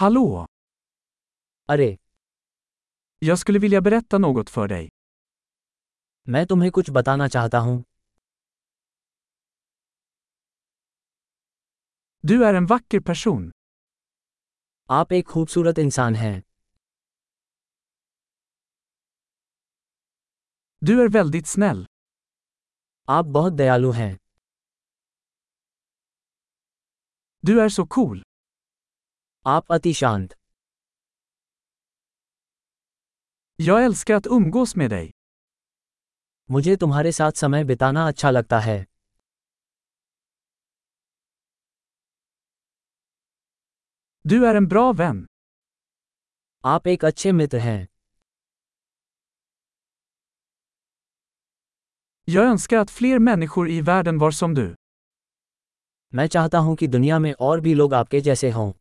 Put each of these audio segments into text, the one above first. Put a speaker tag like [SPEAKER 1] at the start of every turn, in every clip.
[SPEAKER 1] Hallå!
[SPEAKER 2] अरे
[SPEAKER 1] Jag skulle vilja berätta något för dig.
[SPEAKER 2] मैं तुम्हें कुछ बताना चाहता हूँ
[SPEAKER 1] Du är en vacker person.
[SPEAKER 2] आप एक खूबसूरत इंसान हैं
[SPEAKER 1] Du är väldigt snäll.
[SPEAKER 2] आप बहुत दयालु हैं
[SPEAKER 1] Du är så cool.
[SPEAKER 2] आप अति शांत
[SPEAKER 1] Jag älskar att umgås med dig.
[SPEAKER 2] मुझे तुम्हारे साथ समय बिताना अच्छा लगता है
[SPEAKER 1] Du är en bra vän.
[SPEAKER 2] आप एक अच्छे मित्र हैं
[SPEAKER 1] Jag önskar att fler människor i världen var som du.
[SPEAKER 2] मैं चाहता हूँ कि दुनिया में और भी लोग आपके जैसे हों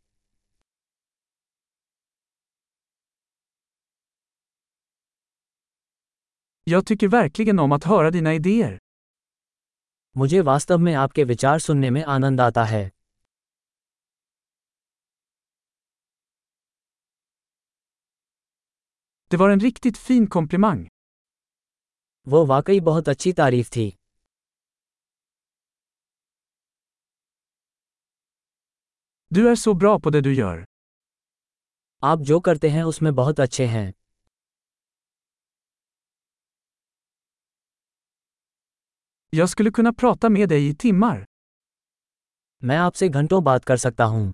[SPEAKER 1] Jag tycker verkligen om att höra dina idéer.
[SPEAKER 2] मुझे वास्तव में आपके विचार सुनने में आनंद आता है
[SPEAKER 1] Det var en riktigt fin komplimang.
[SPEAKER 2] वो वाकई बहुत अच्छी तारीफ थी
[SPEAKER 1] Du är så bra på det du gör.
[SPEAKER 2] आप जो करते हैं उसमें बहुत अच्छे हैं
[SPEAKER 1] Jag skulle kunna prata med dig i timmar.
[SPEAKER 2] मैं आपसे घंटों बात कर सकता हूँ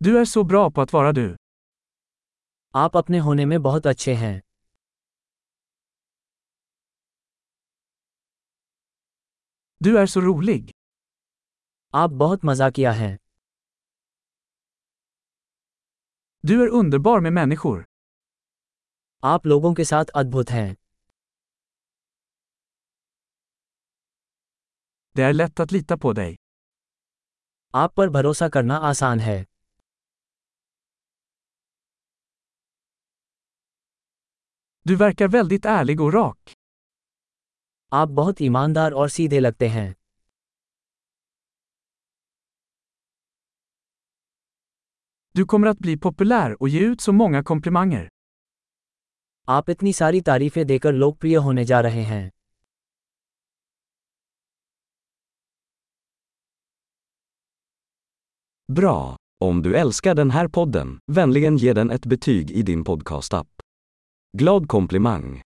[SPEAKER 1] Du är så bra på att vara du.
[SPEAKER 2] आप अपने होने में बहुत अच्छे हैं
[SPEAKER 1] Du är så rolig.
[SPEAKER 2] आप बहुत मजाकिया हैं
[SPEAKER 1] Du är underbar med människor.
[SPEAKER 2] आप लोगों के साथ अद्भुत हैं
[SPEAKER 1] Det är lätt att lita på dig.
[SPEAKER 2] आप पर भरोसा करना आसान है
[SPEAKER 1] Du verkar väldigt ärlig och rak.
[SPEAKER 2] आप बहुत ईमानदार और सीधे लगते हैं
[SPEAKER 1] Du kommer att bli populär och ge ut så många komplimanger.
[SPEAKER 2] आप इतनी सारी तारीफें देकर लोकप्रिय होने जा रहे हैं
[SPEAKER 3] Bra! Om du älskar den här podden, vänligen ge den ett betyg i din podcastapp. Glad komplimang!